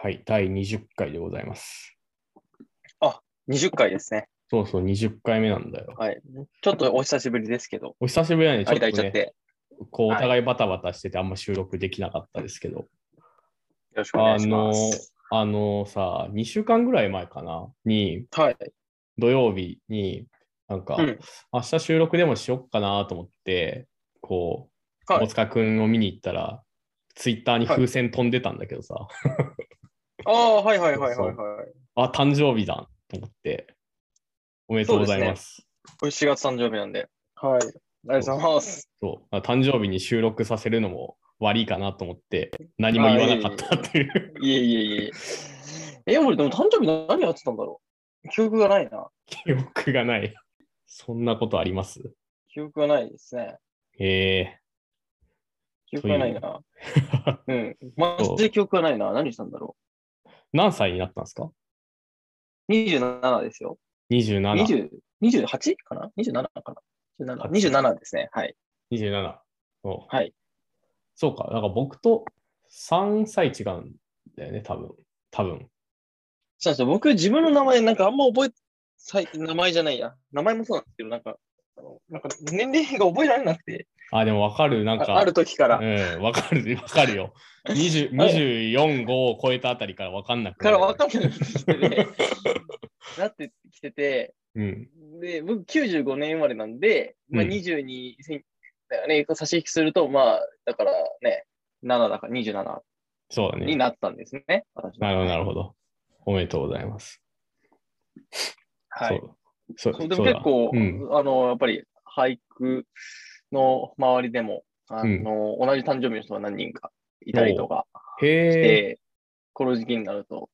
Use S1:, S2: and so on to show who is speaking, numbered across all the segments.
S1: はい、第20回でございます。
S2: 20回ですね。
S1: そうそう、20回目なんだよ。
S2: はい。ちょっとお久しぶりですけど、
S1: お久しぶりなんで、ちょっ
S2: 間空
S1: と、
S2: いちゃって、
S1: ね、
S2: よ
S1: こう、お
S2: はい
S1: 互いバタバタしてて、あんま収録できなかったですけど、
S2: ろしくお願いしま
S1: あのー
S2: す。
S1: あのさ、2週間ぐらい前かな、に、
S2: はい。
S1: 土曜日に、なんか、
S2: うん
S1: 明日収録でもしよっかなと思って、こう、
S2: はい
S1: 大塚くんを見に行ったら、ツイッターに風船飛んでたんだけどさ、
S2: ああ、はいはいはいはいはい。
S1: あ、誕生日だと思って、おめでとうございます。
S2: これ4月誕生日なんで。はい。ありがとうございます。
S1: そう、あ誕生日に収録させるのも悪いかなと思って、何も言わなかったっていう。
S2: いえいえいえ。え、俺でも誕生日何やってたんだろう記憶がないな。
S1: 記憶がない。そんなことあります
S2: 記憶がないですね。
S1: え
S2: 記憶がないな。
S1: え
S2: うん。マジで記憶がないな。何したんだろ
S1: 何歳になったんですか
S2: う ?27 ですよ。
S1: ?27。
S2: 20 28かな ?27 かな 27, 27ですね。はい。
S1: 27。そう
S2: はい。
S1: そうか、なんか僕と3歳違うんだよね、多分。多分。
S2: そうそう、僕、自分の名前、なんかあんま覚え、さい名前じゃないや。名前もそうなんですけど、なんか、あのなんか年齢が覚えられなくて、
S1: あ、でもわかる、なんか。
S2: あある時から、
S1: うん、わかる、わかるよ。20 24号を超えたあたりからわかんなく
S2: か
S1: な
S2: ら
S1: る
S2: 分かんなくなってきて て、なってきてて、
S1: うん。
S2: で、僕95年生まれなんで、まあ、
S1: うん
S2: 22、千だよね、差し引きすると、まあ、だからね、7だから27
S1: そうだね
S2: に。なったんですね、私
S1: な
S2: は。
S1: るほど、なるほど。おめでとうございます。
S2: はい。
S1: そう。
S2: そ
S1: そうう
S2: で
S1: そう
S2: も
S1: だ
S2: 結構、
S1: うん、
S2: あの、やっぱり俳句の周りでも、あの、同じ誕生日の人が何人かいたりとかし
S1: へえ、
S2: て、この時期になると、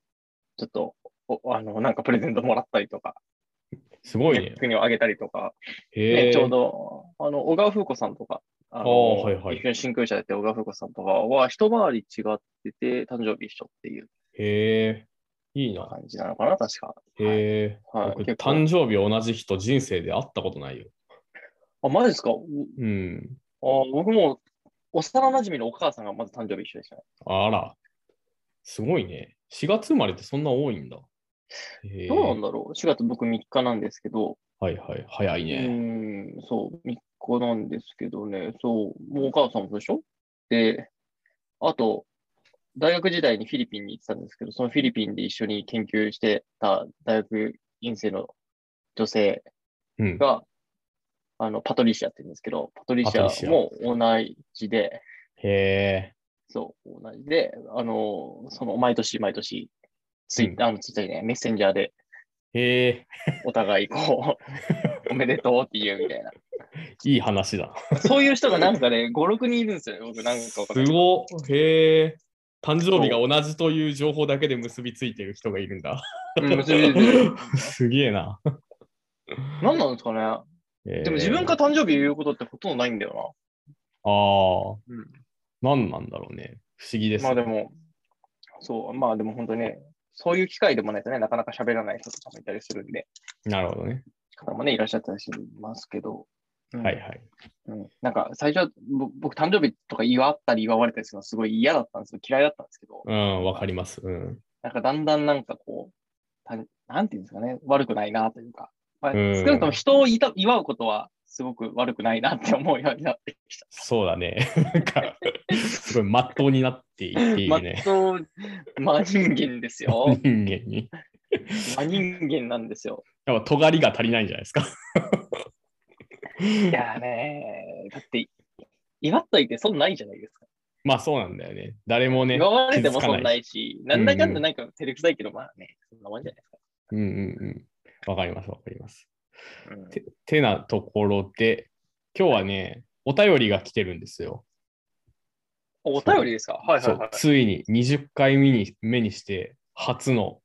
S2: ちょっと、おあの、なんかプレゼントもらったりとか、
S1: すごいね。
S2: 国をあげたりとか、
S1: へ
S2: ね
S1: え、
S2: ちょうど、あの、小川風子さんとか、あ
S1: お
S2: の、
S1: ーはいはい
S2: 一緒に新空社やってる小川風子さんとかは、一回り違ってて、誕生日一緒っていう
S1: へえ、いいな。
S2: 感じなのかな、確か。はい
S1: へえ、
S2: はい
S1: 僕、
S2: 結構
S1: 誕生日同じ人、人生で会ったことないよ。
S2: あ、マジですかう
S1: うん。
S2: あ僕も、幼馴染のお母さんがまず誕生日一緒でしたね。
S1: あら、すごいね。4月生まれってそんな多いんだ。へえ
S2: どうなんだろう ?4 月僕3日なんですけど、
S1: はいはい、早いうね。
S2: ーん、そう、3日なんですけどね、そう、もうお母さんもそうでしょで、あと、大学時代にフィリピンに行ってたんですけど、そのフィリピンで一緒に研究してた大学院生の女性
S1: うん。
S2: が、あの、パトリシアって言うんですけど、パトリシ
S1: パトリシ
S2: ア
S1: ア
S2: も同じで、
S1: へえ、
S2: そう、同じで、あの、その、毎年毎年、ツイ
S1: う
S2: ッ
S1: ん
S2: ター、あのツイッターじゃないメッセンジャーで、
S1: へえ、
S2: お互いこ う、おめでとうって言うみたいな。
S1: いい話だ。
S2: そういう人がなんかね、5、6人いるんですよね、僕なんかわかんない
S1: すごっへえ、誕生日が同じという情報だけで結びついてる人がいるんだ。
S2: うんそれで
S1: すげえな。
S2: 何なんで すかね。でも自分
S1: か
S2: が誕生日言うことってほとんどないんだよ
S1: ああ、
S2: な。
S1: 何なんだろうね。不思議です、
S2: まあで。も、そう、まあでも本当にね、そういう機会でもないとね、なかなか喋らない人とかもいたりするんで、
S1: なるほどね。
S2: 方もね、いらっしゃったりしますけど、うん
S1: はいはい。
S2: うんなんか最初はぼ僕誕生日とか祝ったり祝われたりするのすごい嫌だったんですよ、嫌いだったんですけど、
S1: うん、わかります。うん。
S2: なんかだんだんなんかこう、たなんていうんですかね、悪くないなというか、まあ、
S1: うん
S2: 少なくとも人をいた祝うことはすごく悪くないなって思うようになってきた。
S1: そうだね。 なんか、すごい真っ当になっていってい
S2: ま
S1: る
S2: っ
S1: ね。
S2: とう、真人間ですよ
S1: 人。間に。
S2: 真人間なんですよ。
S1: やっぱ、尖りが足りないんじゃないですか。
S2: いやーねー、だって、祝っといて損ないじゃないですか。
S1: まあそうなんだよね。誰もね。
S2: 祝われて
S1: 気
S2: も
S1: づか
S2: 損ないし、なんだかんだなんか照れくさいけど、まあね、そんなもんじゃない
S1: う
S2: で
S1: んうんうん。わかります、わかります。
S2: すか。うん
S1: ててなところで、今日はね、お便りが来てるんですよ。
S2: お便りですかはいは
S1: そ
S2: いうはい。
S1: ついに20回目に目にして、初の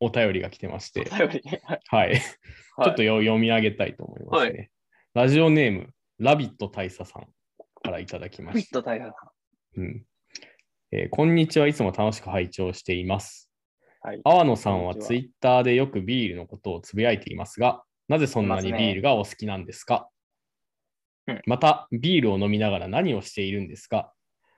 S1: お便りが来てまして、
S2: お便 り。はい
S1: はい。ちょっ
S2: はい
S1: とよ読み上げたいと思いますね。ラジオネーム、ラビット大佐さんからいただきま
S2: フィ
S1: し
S2: ッ
S1: た。
S2: ト大佐
S1: うんえーこんにちは、いつも楽しく拝聴しています。
S2: はい。
S1: 阿波野さんは
S2: こんにちは
S1: ツイッターでよくビールのことをつぶやいていますが、なぜそんなに
S2: いますね
S1: ビールがお好きなんですか
S2: うん
S1: また、ビールを飲みながら何をしているんですか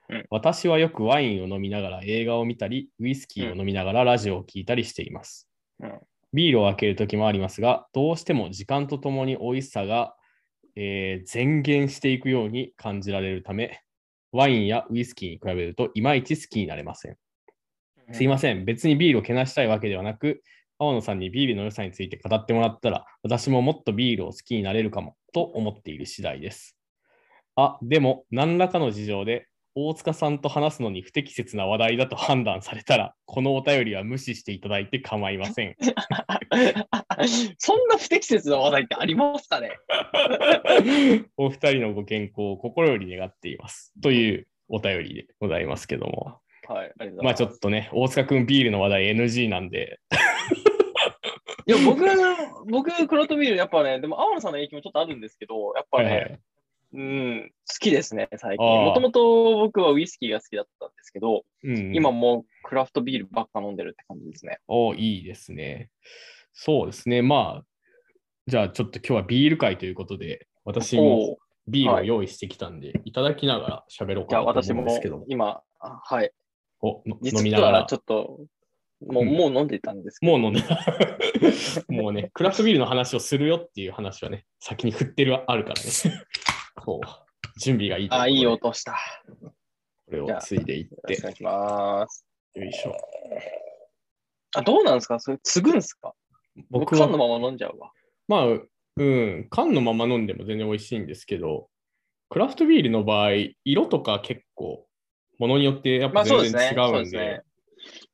S2: うん
S1: 私はよくワインを飲みながら映画を見たり、ウイスキーを飲みながらラジオを聞いたりしています。
S2: うん
S1: ビールを開けるときもありますが、どうしても時間とともに美味しさが、えー、前減していくように感じられるため、ワインやウイスキーに比べるといまいち好きになれません。すいません、別にビールをけなしたいわけではなく、青野さんにビールの良さについて語ってもらったら、私ももっとビールを好きになれるかもと思っている次第です。あ、でも、何らかの事情で、大塚さんと話すのに不適切な話題だと判断されたら、このお便りは無視していただいて構いません。
S2: そんな不適切な話題ってありますかね
S1: お二人のご健康を心より願っています。というお便りでございますけども。
S2: はい、ありがとうございます。
S1: まあちょっとね、大塚君ビールの話題 NG なんで、
S2: いや、僕、僕、黒とビール、やっぱね、でも、青野さんの影響もちょっとあるんですけど、やっぱね、うん、好きですね、最近。
S1: ああ
S2: もともと僕はウイスキーが好きだったんですけど、
S1: うん、
S2: 今もうクラフトビールばっか飲んでるって感じですね。
S1: おいいですね。そうですね。まあ、じゃあちょっと今日はビール会ということで、私も
S2: おう
S1: ビールを用意してきたんで、い、ただきながら喋ろう
S2: じ
S1: か
S2: ゃあ、
S1: なと
S2: 私
S1: 思うん
S2: も
S1: ですけども、
S2: 今、あはい、
S1: おの飲み
S2: 実
S1: なが
S2: は
S1: ら
S2: ちょ。っと、もう、
S1: うん
S2: もう飲んでたんですけど、
S1: もう飲んで もうね、クラフトビールの話をするよっていう話はね、先に振ってるあるから ね。こう、準備がいいということ
S2: あ、
S1: で
S2: いい。音した。
S1: これを
S2: じゃあ
S1: ついでいっ
S2: よろ
S1: て。
S2: しくお願いします。
S1: よいしょ。
S2: あ、どうなんですかそれ、継ぐんですか僕、
S1: 僕は
S2: 缶のまま飲んじゃうわ。
S1: まあ、ううん、缶のまま飲んでも全然美味しいんですけど、クラフトビールの場合、色とか結構、ものによってやっぱ
S2: まあ、そう
S1: 全
S2: です
S1: 然
S2: ね。
S1: 違
S2: そううんです
S1: で、
S2: ね。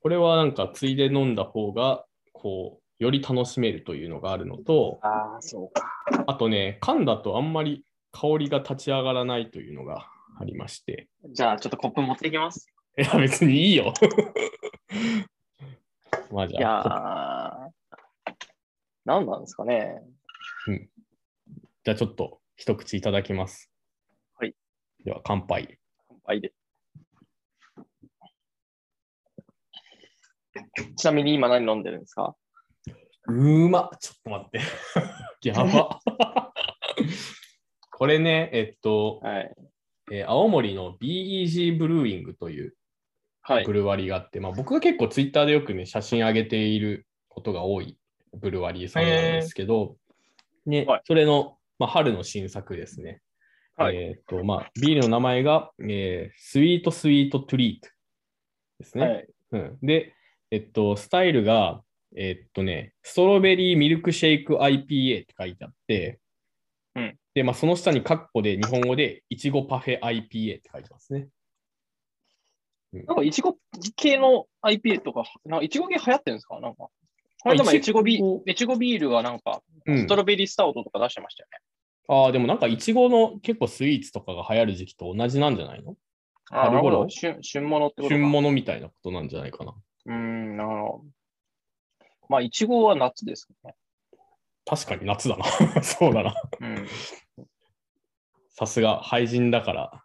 S1: これはなんか、ついで飲んだ方が、こう、より楽しめるというのがあるのと、
S2: ああ、そうか。
S1: あとね、缶だとあんまり香りが立ち上がらないというのがありまして、
S2: じゃあ、ちょっとコップ持っていきます。
S1: いや、別にいいよ。 まあじ
S2: いや
S1: ゃあ、
S2: ー、何なんですかね。
S1: じゃあちょっと一口いただきます。
S2: はい。
S1: では、乾杯。
S2: 乾杯で。ちなみに今何飲んでるんですか
S1: うーまちょっと待って。 やば。 これね、えっと、
S2: はい。
S1: えー青森の BEG ブルーイングという
S2: はい
S1: ブ。ルワリーがあって、まあ、僕が結構ツイッターでよくね、写真上げていることが多いブルワリーさんなんですけど、ね
S2: はい
S1: それの、まあ、春の新作ですね。
S2: はい
S1: えっと、まあ、ビールの名前が、えースイートスイートトゥリートですね。
S2: はい、
S1: うん、で、えっと、スタイルが、えっとね、ストロベリーミルクシェイク IPA って書いてあって、
S2: うん
S1: で、まあ、その下にカッコで日本語で、いちごパフェ IPA って書いてますね。
S2: なんか、いちご系の IPA とか、なんか、いちご系流行ってるんですかなんか。これでも、いちごビール、いちごビールがなんか、
S1: うん
S2: ストロベリースタウトとか出してましたよね。
S1: ああ、でもなんか、いちごの結構スイーツとかが流行る時期と同じなんじゃないの
S2: あー
S1: なるほど
S2: 旬、旬物ってことか。
S1: 旬物みたいなことなんじゃないかな。
S2: うーん、なるほど。まあ、いちごは夏ですね。
S1: 確かに夏だな。 そうだな。
S2: うん。
S1: さすが、廃人だから、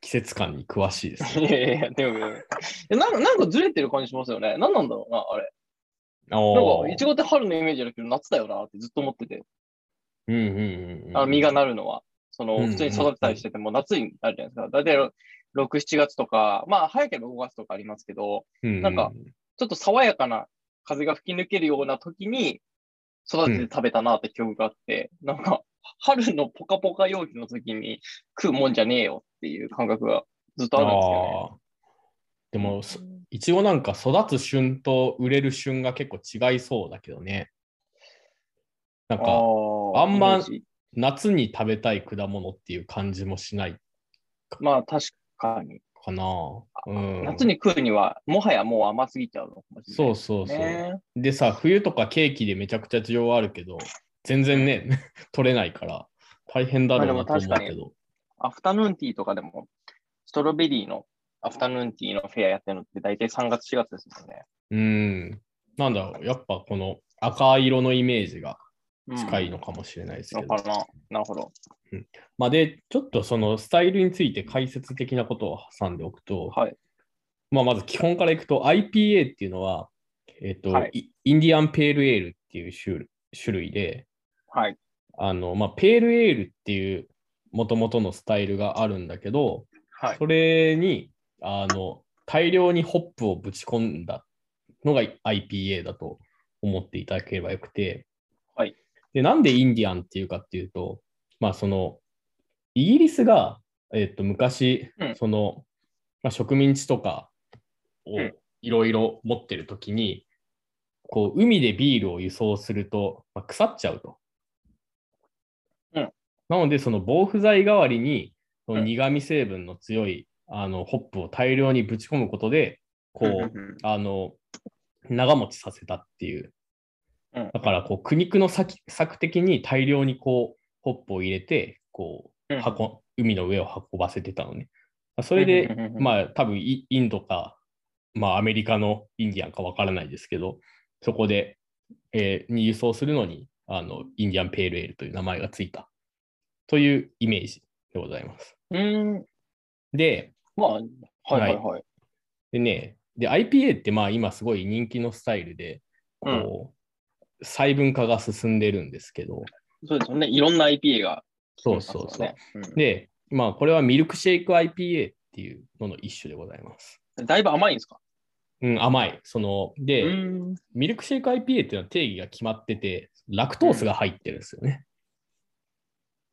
S1: 季節感に詳しいで すね。
S2: いやいや、でも、でもなんかなんかずれてる感じしますよね。何なんだろうな、あれ。
S1: あ
S2: なん
S1: あ
S2: か、いちごって春のイメージだけど、夏だよなってずっと思ってて、
S1: うんうんうんうん。
S2: あの実がなるのは。その、
S1: うん
S2: 普通に育てたりしてても、夏になるじゃないですか。大体6、7月とか、まあ、早ければ5月とかありますけど、
S1: な
S2: なんか、ちょっと爽やかな風が吹き抜けるような時に、育てて食べたなって記憶があって、なんか、春のポカポカ陽気の時に食うもんじゃねえよっていう感覚がずっとあるんですよね。
S1: あーでも、そいちごなんか育つ旬と売れる旬が結構違いそうだけどね。なんか、
S2: あ
S1: あんま
S2: イメージ
S1: 夏に食べたい果物っていう感じもしない
S2: まあ確かに。
S1: かな。うん、
S2: 夏に食うには、もはやもう甘すぎちゃうのかもしれ
S1: そ
S2: な
S1: う
S2: い
S1: そうそう。
S2: ね。
S1: でさ、冬とかケーキでめちゃくちゃ需要あるけど、全然ね、 取れないから、大変だろうなと思う
S2: まあ
S1: け
S2: で
S1: ど。
S2: アフタヌーンティーとかでも、ストロベリーのアフタヌーンティーのフェアやってるのって大体3月、4月ですよね。
S1: うん。なんだろう、やっぱこの赤色のイメージが
S2: うん
S1: 近いのかもしれないですけ
S2: の
S1: ど。
S2: かな。なるほど。
S1: まあ、で、ちょっとそのスタイルについて解説的なことを挟んでおくと、
S2: はい。
S1: まあ、まず基本からいくと IPA っていうのは、えっと
S2: はい
S1: イインディアンペールエールっていう種類種類で、
S2: はい。
S1: あのまあ、ペールエールっていうもともとのスタイルがあるんだけど、
S2: はい。
S1: それにあの、大量にホップをぶち込んだのが IPA だと思っていただければよくて、
S2: はい。
S1: で、なんでインディアンっていうかっていうと、まあ、その、イギリスが、えっと、昔
S2: うん、
S1: その、まあ、植民地とかを
S2: うん
S1: いろいろ持ってるときに、こう、海でビールを輸送すると、まあ、腐っちゃうと。
S2: うん
S1: なので、その防腐剤代わりに、その
S2: うん
S1: 苦味成分の強い、あの、ホップを大量にぶち込むことで、こう、あの、長持ちさせたっていう。
S2: うん
S1: だから、こう、苦肉の策策的に大量にこう、ホップを入れて、こう、
S2: うん
S1: 箱、海の上を運ばせてたのね。それで、
S2: うん
S1: まあ、多分イインドか、まあ、アメリカのインディアンかわからないですけど、そこで、えーに輸送するのに、あの、インディアンペールエールという名前がついた。というイメージでございます。
S2: うん。
S1: で、
S2: まあ、はいはいはい。
S1: でね、で、IPA ってまあ今すごい人気のスタイルで、こう、細分化が進んでるんですけど、
S2: そうですよね。いろんな IPA が。
S1: そうそうそう。
S2: うん
S1: で、まあこれはミルクシェイク IPA っていうのの一種でございます。
S2: だいぶ甘いんですか
S1: うん、甘い。その、
S2: う
S1: で、
S2: ん。
S1: ミルクシェイク IPA っていうのは定義が決まってて、ラクトースが入ってるんですよね。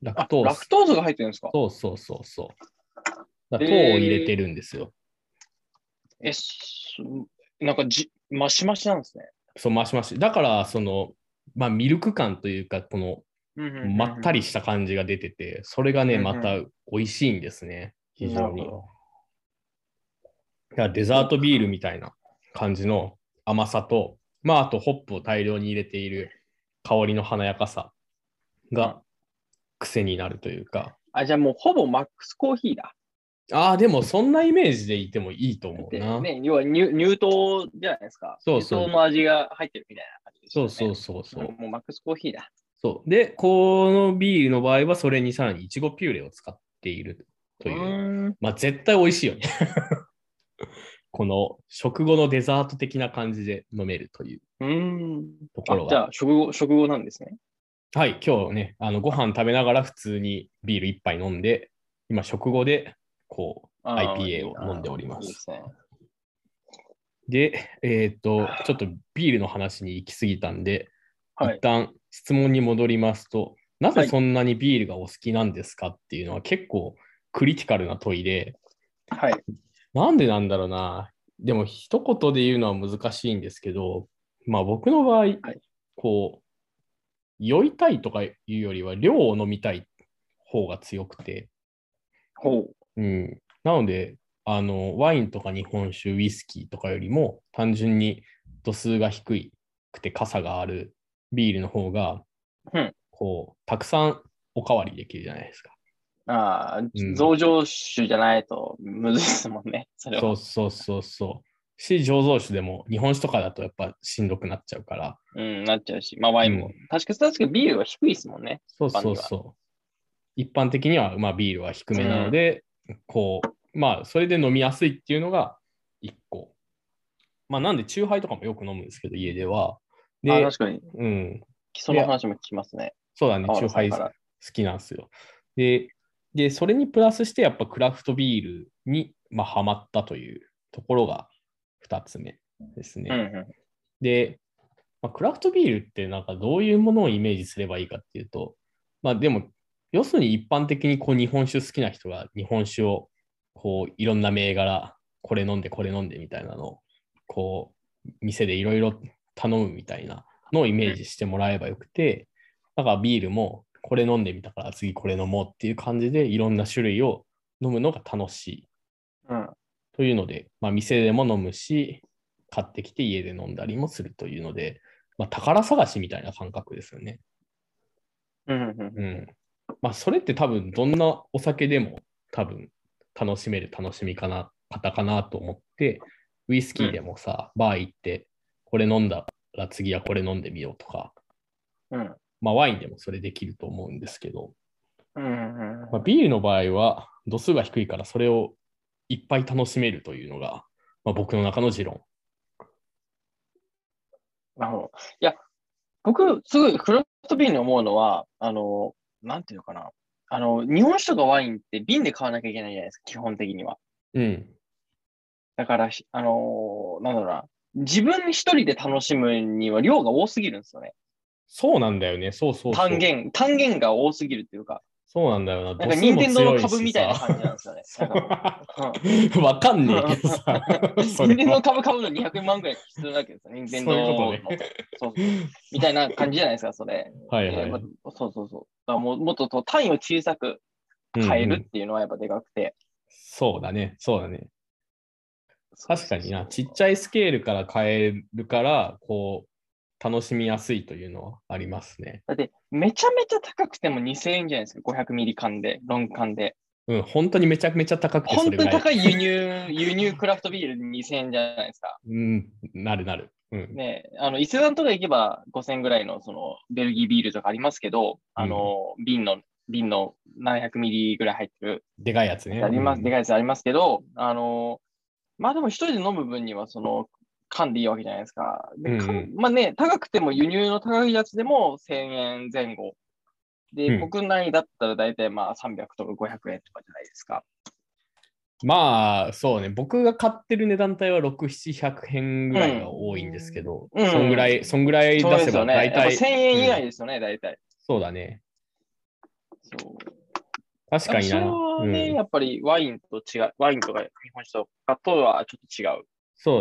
S1: ラ
S2: あ
S1: クトー
S2: ラ
S1: ス
S2: ク。トースが入ってるんですか
S1: そうそうそうそう。だか
S2: え
S1: ら
S2: ー
S1: 糖を入れてるんですよ。
S2: え、すなんかじ、マシマシなんですね。
S1: そう、マシマシ。だから、その、まあミルク感というか、この
S2: うんうんうん
S1: まったりした感じが出てて、それがね、
S2: うんうん
S1: また美味しいんですね、非
S2: な
S1: 常
S2: る
S1: に。
S2: ほ
S1: だ
S2: ど
S1: からデザートビールみたいな感じの甘さと、まあ、あとホップを大量に入れている香りの華やかさが癖になるというか、
S2: あ、じゃあもうほぼマックスコーヒーだ。
S1: ああ、でもそんなイメージでいてもいいと思う
S2: で
S1: な。
S2: ね、要は乳乳糖じゃないですか。
S1: そうそう
S2: 乳糖の味が入ってるみたいな感じです
S1: そ
S2: よ
S1: う
S2: ね。
S1: そうそうそう。
S2: もうマックスコーヒーだ。
S1: そうで、このビールの場合は、それにさらにいちごピューレを使っているという。
S2: う
S1: まあ絶対美味しいよね。 この食後のデザート的な感じで飲めるという
S2: ーん。
S1: ところ
S2: あじゃ
S1: は。
S2: あ食後、食後なんですね。
S1: はい、今日ね、あのご飯食べながら普通にビール一杯飲んで、今食後でこ
S2: あー
S1: IPA
S2: いいな
S1: を飲んでおります
S2: いいですね。
S1: う。で、えっ、と、ちょっとビールの話に行き過ぎたんで、
S2: はい
S1: 一。旦質問に戻りますと、な
S2: は
S1: ぜ
S2: い
S1: そんなにビールがお好きなんですかっていうのは結構クリティカルな問いで、
S2: はい。
S1: なんでなんだろうな。でも、一言で言うのは難しいんですけど、まあ僕の場合、こう、酔いたいとかいうよりは、量を飲みたい方が強くて、
S2: ほう。
S1: うん。なので、あの、ワインとか日本酒、ウイスキーとかよりも、単純に度数が低くて、傘があるビールの方が
S2: うん、
S1: こう、たくさんおかわりできるじゃないですか。
S2: ああ、
S1: うん
S2: 増上酒じゃないとむずいですもんね。 それは。
S1: そうそうそうそう。し、醸造酒でも、日本酒とかだとやっぱしんどくなっちゃうから、
S2: うん、なっちゃうし。まあ、ワインも。
S1: う
S2: 確かに、確かにビールは低いですもんね。
S1: そうそうそう。一般的には、まあ、ビールは低めなので、こう、まあ、それで飲みやすいっていうのが一個。まあ、なんで、チューハイとかもよく飲むんですけど、家では。
S2: あ
S1: で、
S2: 確かに。
S1: うん、
S2: 基礎の話も聞きますね。
S1: そうだね、
S2: 川
S1: チュ
S2: 原
S1: ー
S2: さ
S1: ハ
S2: ん
S1: イ
S2: から
S1: 好きなんですよ。で、でそれにプラスして、やっぱクラフトビールに、まあ、ハマったというところが2つ目ですね。
S2: うんうん。
S1: で、まあ、クラフトビールってなんかどういうものをイメージすればいいかっていうと、まあでも、要するに一般的にこう日本酒好きな人が日本酒をこういろんな銘柄、これ飲んでこれ飲んでみたいなのをこう店でいろいろ頼むみたいなのをイメージしてもらえばよくて、だからビールもこれ飲んでみたから次これ飲もうっていう感じでいろんな種類を飲むのが楽しい
S2: うん。
S1: というので、まあ、店でも飲むし、買ってきて家で飲んだりもするというので、まあ、宝探しみたいな感覚ですよね。
S2: うんうんうん。
S1: うん。まあ、それって多分、どんなお酒でも多分、楽しめる楽しみかな、方かなと思って、ウイスキーでもさ、バー行って、これ飲んだら次はこれ飲んでみようとか、
S2: うん。
S1: まあ、ワインでもそれできると思うんですけど、
S2: うんうん
S1: まあ、ビールの場合は度数が低いからそれをいっぱい楽しめるというのが、まあ、僕の中の持論。
S2: なるほど。いや、僕、すごいクラフトビールに思うのは、あの、なんていうのかな。あの、日本酒とかワインって瓶で買わなきゃいけないじゃないですか、基本的には。
S1: うん。
S2: だからひ、あのーなんだろうな。自分一人で楽しむには量が多すぎるんですよね。
S1: そうなんだよね。そうそうそう。
S2: 単元、単元が多すぎるっていうか、
S1: そうなんだよな。
S2: なんか
S1: 度数
S2: 任
S1: も
S2: 天堂の
S1: 強し
S2: 株みたいな感じなんですよね。
S1: そ
S2: なんか
S1: う
S2: う ん
S1: わかんねえけど さ。 それ
S2: 任天堂
S1: は
S2: の株買うの200万ぐらい必要だけどさ、任天堂
S1: そう
S2: の
S1: いうこと
S2: そうそうみたいな感じじゃないですか、それ。
S1: はいは
S2: えー
S1: い。
S2: まあそうそうそう。だからもうもっとと単位を小さく変え
S1: うんう
S2: る
S1: ん
S2: っていうのはやっぱでかくて。
S1: そうだね。そうだね。
S2: そうそ
S1: 確
S2: うそ
S1: か
S2: う
S1: にな。ちっちゃいスケールから変えるから、こう、楽しみやすいというのはありますね。
S2: だって、めちゃめちゃ高くても2000円じゃないですか、500ミリ缶で、ロング缶で。
S1: うん、本当にめちゃめちゃ高くて、そ
S2: 本
S1: れ
S2: 当
S1: ぐ
S2: に
S1: らい。
S2: 高い輸入、輸入クラフトビールで2000円じゃないですか。
S1: うん、なるなる。うん。
S2: ね、あの伊勢丹とか行けば5000円ぐらいのそのベルギービールとかありますけど、あの瓶の瓶の700ミリぐらい入ってる、
S1: でかいやつね。
S2: あります
S1: う
S2: で
S1: ん
S2: かいやつありますけど、あのまあでも一人で飲む分にはその缶でいいわけじゃないですか。で缶
S1: うん
S2: まあね、高くても輸入の高いやつでも1000円前後。で、
S1: うん
S2: 国内だったら大体まあ300とか500円とかじゃないですか。
S1: まあ、そうね。僕が買ってる値段帯は6、700円ぐらいが多いんですけど、
S2: うん
S1: そんぐらい、そんぐらい出
S2: そうで
S1: せ
S2: すよ
S1: ば
S2: ね。
S1: 大
S2: やっぱ
S1: 体、
S2: 1000円以内ですよね、大体。
S1: そうだね。
S2: そう
S1: 確かにな。
S2: それはね、
S1: うん
S2: やっぱりワインと違う、ワインとか日本酒とかとはちょっ
S1: そ
S2: と違
S1: う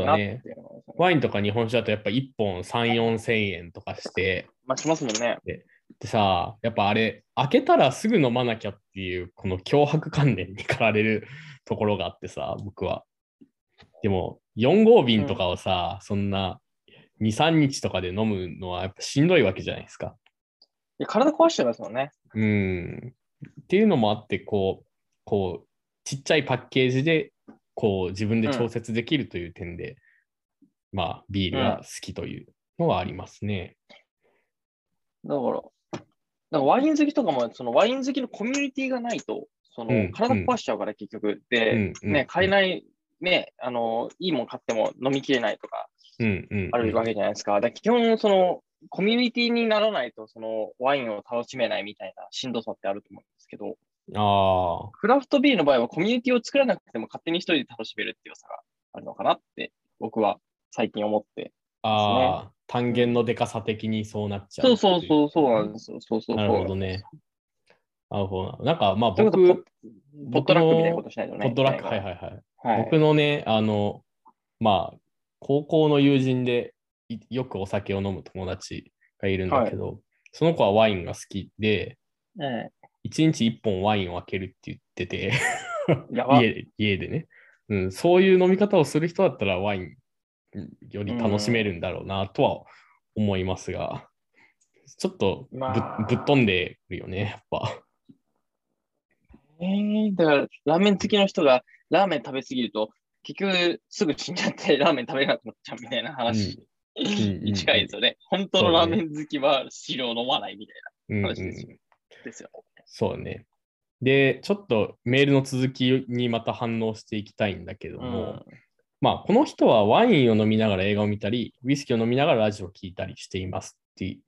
S2: うな
S1: だ
S2: って
S1: ね。
S2: いうのが
S1: ワインとか日本酒だとやっぱ1本3、4千円とかして、
S2: まあ、しますもんね。
S1: でさ、やっぱあれ、開けたらすぐ飲まなきゃっていう、この脅迫観念に駆られるところがあってさ、僕は。でも、4合瓶とかをさ、そんな2、3日とかで飲むのはやっぱしんどいわけじゃないですか。
S2: いや体壊しちゃいますもんね。
S1: うん。っていうのもあって、こう、こう、ちっちゃいパッケージで、こう、自分で調節できるという点で、まあ、ビールが好きというのはありますね。
S2: だから、だからワイン好きとかも、そのワイン好きのコミュニティがないと、その
S1: うん
S2: 体壊しちゃうから結局、
S1: う
S2: で、
S1: んうん
S2: ね、買えない、ね、あの、いいもん買っても飲みきれないとか
S1: うんうん
S2: あるわけじゃないですか。だから基本、その、コミュニティにならないと、その、ワインを楽しめないみたいなしんどさってあると思うんですけど、
S1: ああ、
S2: クラフトビールの場合はコミュニティを作らなくても勝手に一人で楽しめるっていう良さがあるのかなって僕は最近思って。
S1: ああ、単元のでかさ的にそうなっちゃう。
S2: そうそう
S1: う。
S2: そうそうなんですよ。そうそうそう。
S1: なるほどね。なるほどな。なんか、まあ
S2: という
S1: 僕、
S2: こと
S1: ポ
S2: は
S1: ッ
S2: ポッポットラックみたいなことしないとね。。
S1: ドラック、はいはいいはい。
S2: はい、
S1: 僕のね、あの、まあ、高校の友人でいよくお酒を飲む友達がいるんだけど、その子はワインが好きで、
S2: え
S1: 1日1本ワインを開けるって言ってて、
S2: えやば。
S1: 家で家でね、うん。そういう飲み方をする人だったらワインうんより楽しめるんだろうなとは思いますが、ちょっとぶ,、
S2: まあ
S1: ぶっ飛んでるよね、やっぱ。
S2: ええだからラーメン好きの人がラーメン食べすぎると結局すぐ死んじゃってラーメン食べれなくなっちゃうみたいな話
S1: ん
S2: に近いですよね。本当のラーメン好きは汁を飲まないみたい
S1: うんうん
S2: な
S1: うん
S2: 話ですよ。ですよ。
S1: そうね。で、ちょっとメールの続きにまた反応していきたいんだけども、まあ、この人はワインを飲みながら映画を見たり、ウイスキーを飲みながらラジオを聞いたりしていますって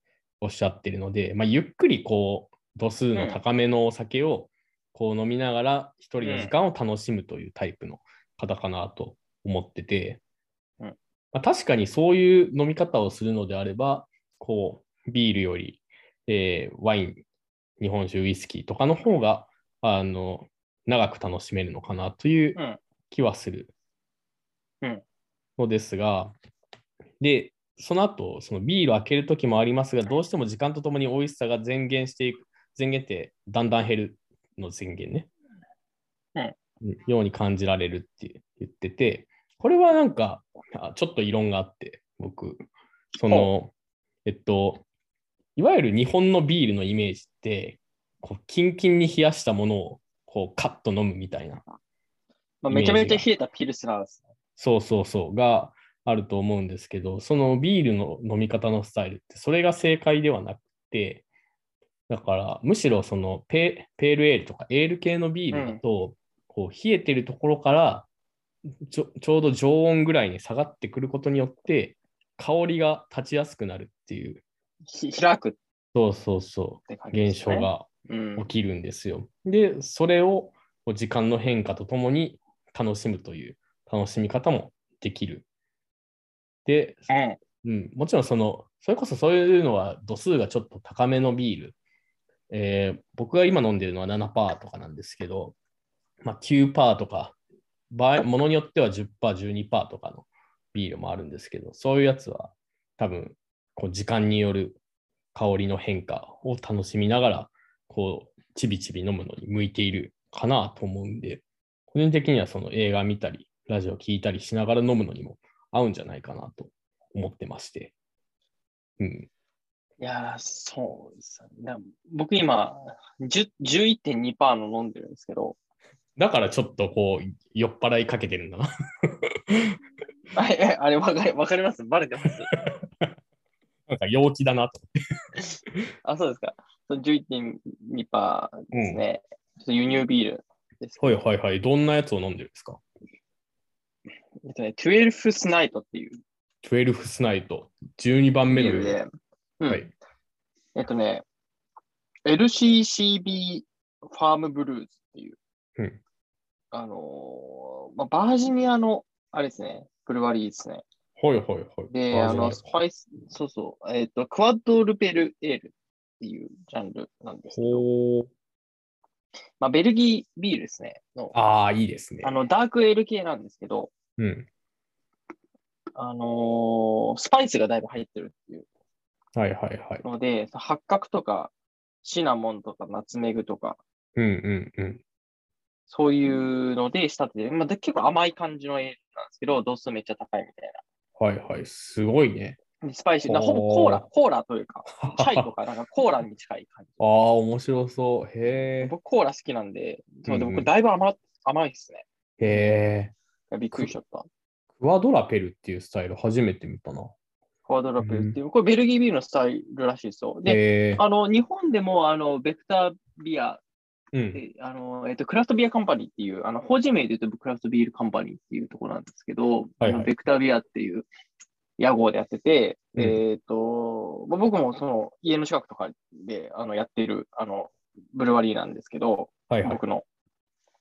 S1: おっしゃってるので、まあ、ゆっくりこう、度数の高めのお酒をこう飲みながら一人の時間を楽しむというタイプの方かなと思ってて、
S2: うん
S1: まあ、確かにそういう飲み方をするのであれば、こう、ビールより、えーワイン、日本酒、ウイスキーとかの方が、あの、長く楽しめるのかなという
S2: うん
S1: 気はする。
S2: うん
S1: のですが、で、その後、そのビールを開ける時もありますが、どうしても時間とともに美味しさが前減していく、前減ってだんだん減るの前減ね、
S2: うん
S1: ように感じられるって言ってて、これはなんか、あちょっと異論があって、僕、その、えっと、いわゆる日本のビールのイメージって、こうキンキンに冷やしたものをこうカッと飲むみたいな
S2: まあ、めちゃめちゃ冷えたピルスナーですね。
S1: そうそうそうがあると思うんですけど、そのビールの飲み方のスタイルって、それが正解ではなくて、だからむしろそのペペールエールとかエール系のビールだと、こう冷えてるところからちょちょうど常温ぐらいに下がってくることによって、香りが立ちやすくなるっていう、
S2: ひ開くっ
S1: そうそうそ
S2: て感
S1: う、
S2: じで
S1: 現
S2: す
S1: 象
S2: ね。
S1: が
S2: うん
S1: 起きるんですよ。で、それをこう時間の変化とともに楽しむという楽しみ方もできる。で、
S2: う
S1: う
S2: ん。
S1: ん、もちろんその、それこそそういうのは度数がちょっと高めのビール。えー僕が今飲んでるのは7%とかなんですけど、まあ、9%とか、場合ものによっては10%、12%とかのビールもあるんですけど、そういうやつは多分こう時間による香りの変化を楽しみながら、こう、ちびちび飲むのに向いているかなと思うんで、個人的にはその映画見たり、ラジオ聞いたりしながら飲むのにも合うんじゃないかなと思ってまして。うん。
S2: いやー、そうですね。僕今、10 11.2%の飲んでるんですけど、
S1: だからちょっとこう、酔っ払いかけてるんだな。
S2: あえあれ、わかりわかりますバレてます
S1: なんか陽気だなと。
S2: あ、そうですか。その11.2%ですね。ちょっと輸入ビールです。
S1: はいはいはい。どんなやつを飲んでるんですか
S2: えっとね、12スナイトっていう
S1: ?12 スナイト。12番目
S2: ビ
S1: の
S2: ール
S1: 夜。
S2: で、うん
S1: はい。
S2: えっとね、LCCB ファームブルーズっていう、
S1: うん
S2: あのーまあ、バージニアの、あれですね、ブルワリーですね。
S1: はいはいはい。
S2: で、
S1: バー
S2: あ
S1: ジニア
S2: の、スパイス、そうそう、えっ、と、クワッドルペルエールっていうジャンルなんですけど、
S1: ほう。
S2: まあ、ベルギービールですね。の
S1: ああ、いいですね
S2: あ。の、ダークエール系なんですけど、
S1: うん。
S2: あのースパイスがだいぶ入ってるっていう
S1: はいはいはい。
S2: ので、八角とか、シナモンとか、ナツメグとか、
S1: うんうんうん。
S2: そういうので仕立てて、まあ、で結構甘い感じのエールなんですけど、度数めっちゃ高いみたい
S1: はいはい。すごいね。
S2: な。でスパイシーな、
S1: おー
S2: ほぼコーラ、コーラとい うか、チャイと
S1: あ
S2: か、なんかコーラに近い感
S1: あー、面白そう。
S2: じ。
S1: へ
S2: 僕、コーラ好きなんで、そうで
S1: うんうん
S2: 僕、だいぶ甘甘いですね。
S1: え。へえ。
S2: びっくりしちゃった。
S1: クワドラペルっていうスタイル初めて見たな。
S2: フォワードラップっていう、これベルギービールのスタイルらしいですよ。で、
S1: へえ。
S2: あの、日本でも、あの、ベクタービア
S1: うん。
S2: であの、えっと、クラフトビアカンパニーっていう、あの、法人名で言うと、クラフトビールカンパニーっていうところなんですけど、
S1: はいはい
S2: あのベクタービアっていう屋号でやってて、
S1: うん
S2: えっと、まあ僕もその、家の近くとかで、あの、やってる、あの、ブルワリーなんですけど、
S1: はいはい。
S2: 僕の。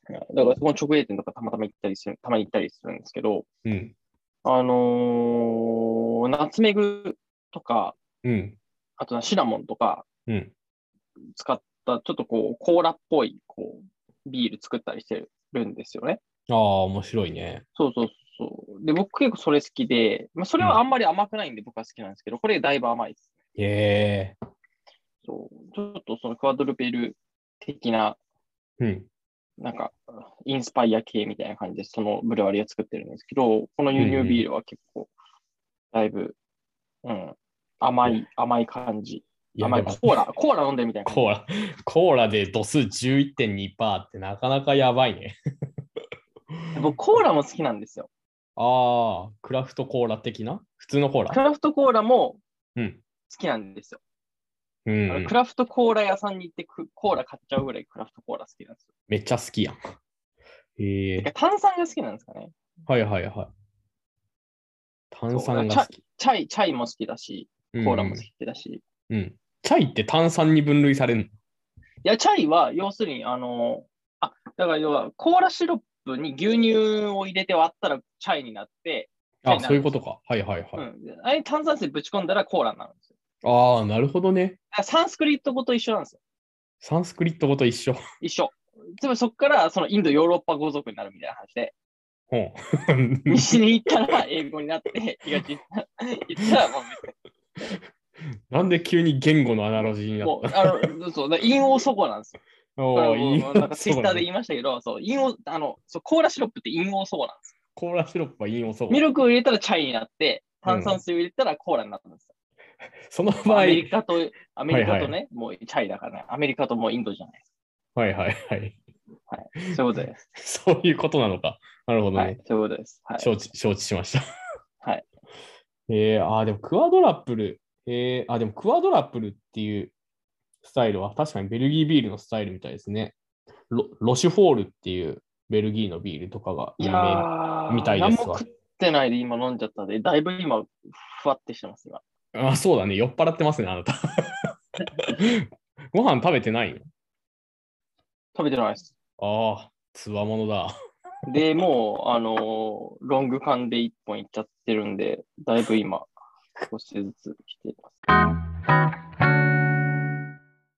S2: だから、そこの直営店とかたまたま行ったりする、たまに行ったりするんですけど、
S1: うん。
S2: あのーナツメグとか、
S1: うん。
S2: あとはシナモンとか
S1: うん。
S2: 使った、ちょっとこう、コーラっぽい、こう、ビール作ったりしてるんですよね。
S1: ああ、面白いね。
S2: そうそうそう。で、僕結構それ好きで、まあ、それはあんまり甘くないんで僕は好きなんですけど、これだいぶ甘いです。
S1: へえ。
S2: そう。ちょっとそのクワドルペル的な、
S1: うん。
S2: なんか、インスパイア系みたいな感じで、そのブルワリーを作ってるんですけど、この輸入ビールは結構、だいぶ、うん、甘い、甘い感じ。
S1: いや
S2: 甘い。
S1: でも
S2: コーラ、コーラ飲んでるみたいな感じ。
S1: コーラ、コーラで度数11.2%ってなかなかやばいね。
S2: 僕、コーラも好きなんですよ。
S1: ああ、クラフトコーラ的な普通のコー
S2: ク
S1: ラ。
S2: ラフトコーラも
S1: うん。
S2: 好きなんですよ。
S1: う
S2: あの
S1: ん
S2: ク。ラフトコーラ屋さんに行ってくコーラ買っちゃうぐらいクラフトコーラ好きなんですよ。
S1: めっちゃ好きやん。へえ
S2: てか炭酸が好きなんですかね。
S1: はいはいはい。炭酸が好き。
S2: チャイ、チャイも好きだし、
S1: コ
S2: コーラも好きだし。い
S1: うん。うんチャイって炭酸に分類される
S2: や、チャイは、要するに、あの、あ、だから要は、コーラシロップに牛乳を入れて割ったらチャイになって、
S1: の
S2: は
S1: あ、
S2: い
S1: そういうことか。はいはいはい。
S2: うん。あれ炭酸水ぶち込んだらコーラになるんですよ。
S1: ああ、なるほどね。
S2: だからサンスクリット語と一緒なんですよ。
S1: サンスクリット語と一緒。
S2: 一緒。つまりそこから、そのインド、ヨーロッパ語族になるみたいな話で、
S1: うん
S2: 西に行ったら英語になって、東に行ったらもう
S1: なんで急に言語のアナロジーになっ
S2: もう、あの、そう、だから陰王祖語なんですよ。
S1: た
S2: これ は
S1: お
S2: もう
S1: ーいい
S2: なんかツイッター
S1: そうだね
S2: で言いましたけど、そう、陰王、あの、そうコーラシロップって陰王祖語なんですよ
S1: コーラシロップは陰をそう。
S2: ミルクを入れたらチャイになって、炭酸水を入れたらコーラになったんですよ。
S1: その場合、
S2: ア
S1: は
S2: メ
S1: い
S2: リカと、アメリカとね、
S1: はい
S2: もうチャイだからね、アメリカともうインドじゃないです
S1: はいはい。
S2: か。そういうことです。
S1: そういうことなのか。なるほどね。
S2: はい、そういうことです。はい。
S1: 承知承知しました。
S2: はい。
S1: えー、あー、でもクワドラップル。えー、あ、でもクワドラップルっていうスタイルは確かにベルギービールのスタイルみたいですね。ロロシュフォールっていうベルギーのビールとかが
S2: い
S1: 有
S2: や
S1: 名
S2: ー、
S1: みたいで
S2: 何
S1: す
S2: も
S1: わ
S2: 食ってないで今飲んじゃったんで、だいぶ今、ふわってしてます、今。
S1: あ、そうだね。酔っ払ってますね、あなた。 ご飯食べてないの
S2: 食べてないです。
S1: ああ、つわものだ。
S2: で、もう、あのーロング缶で一本いっちゃってるんで、だいぶ今、少しずつ来ています。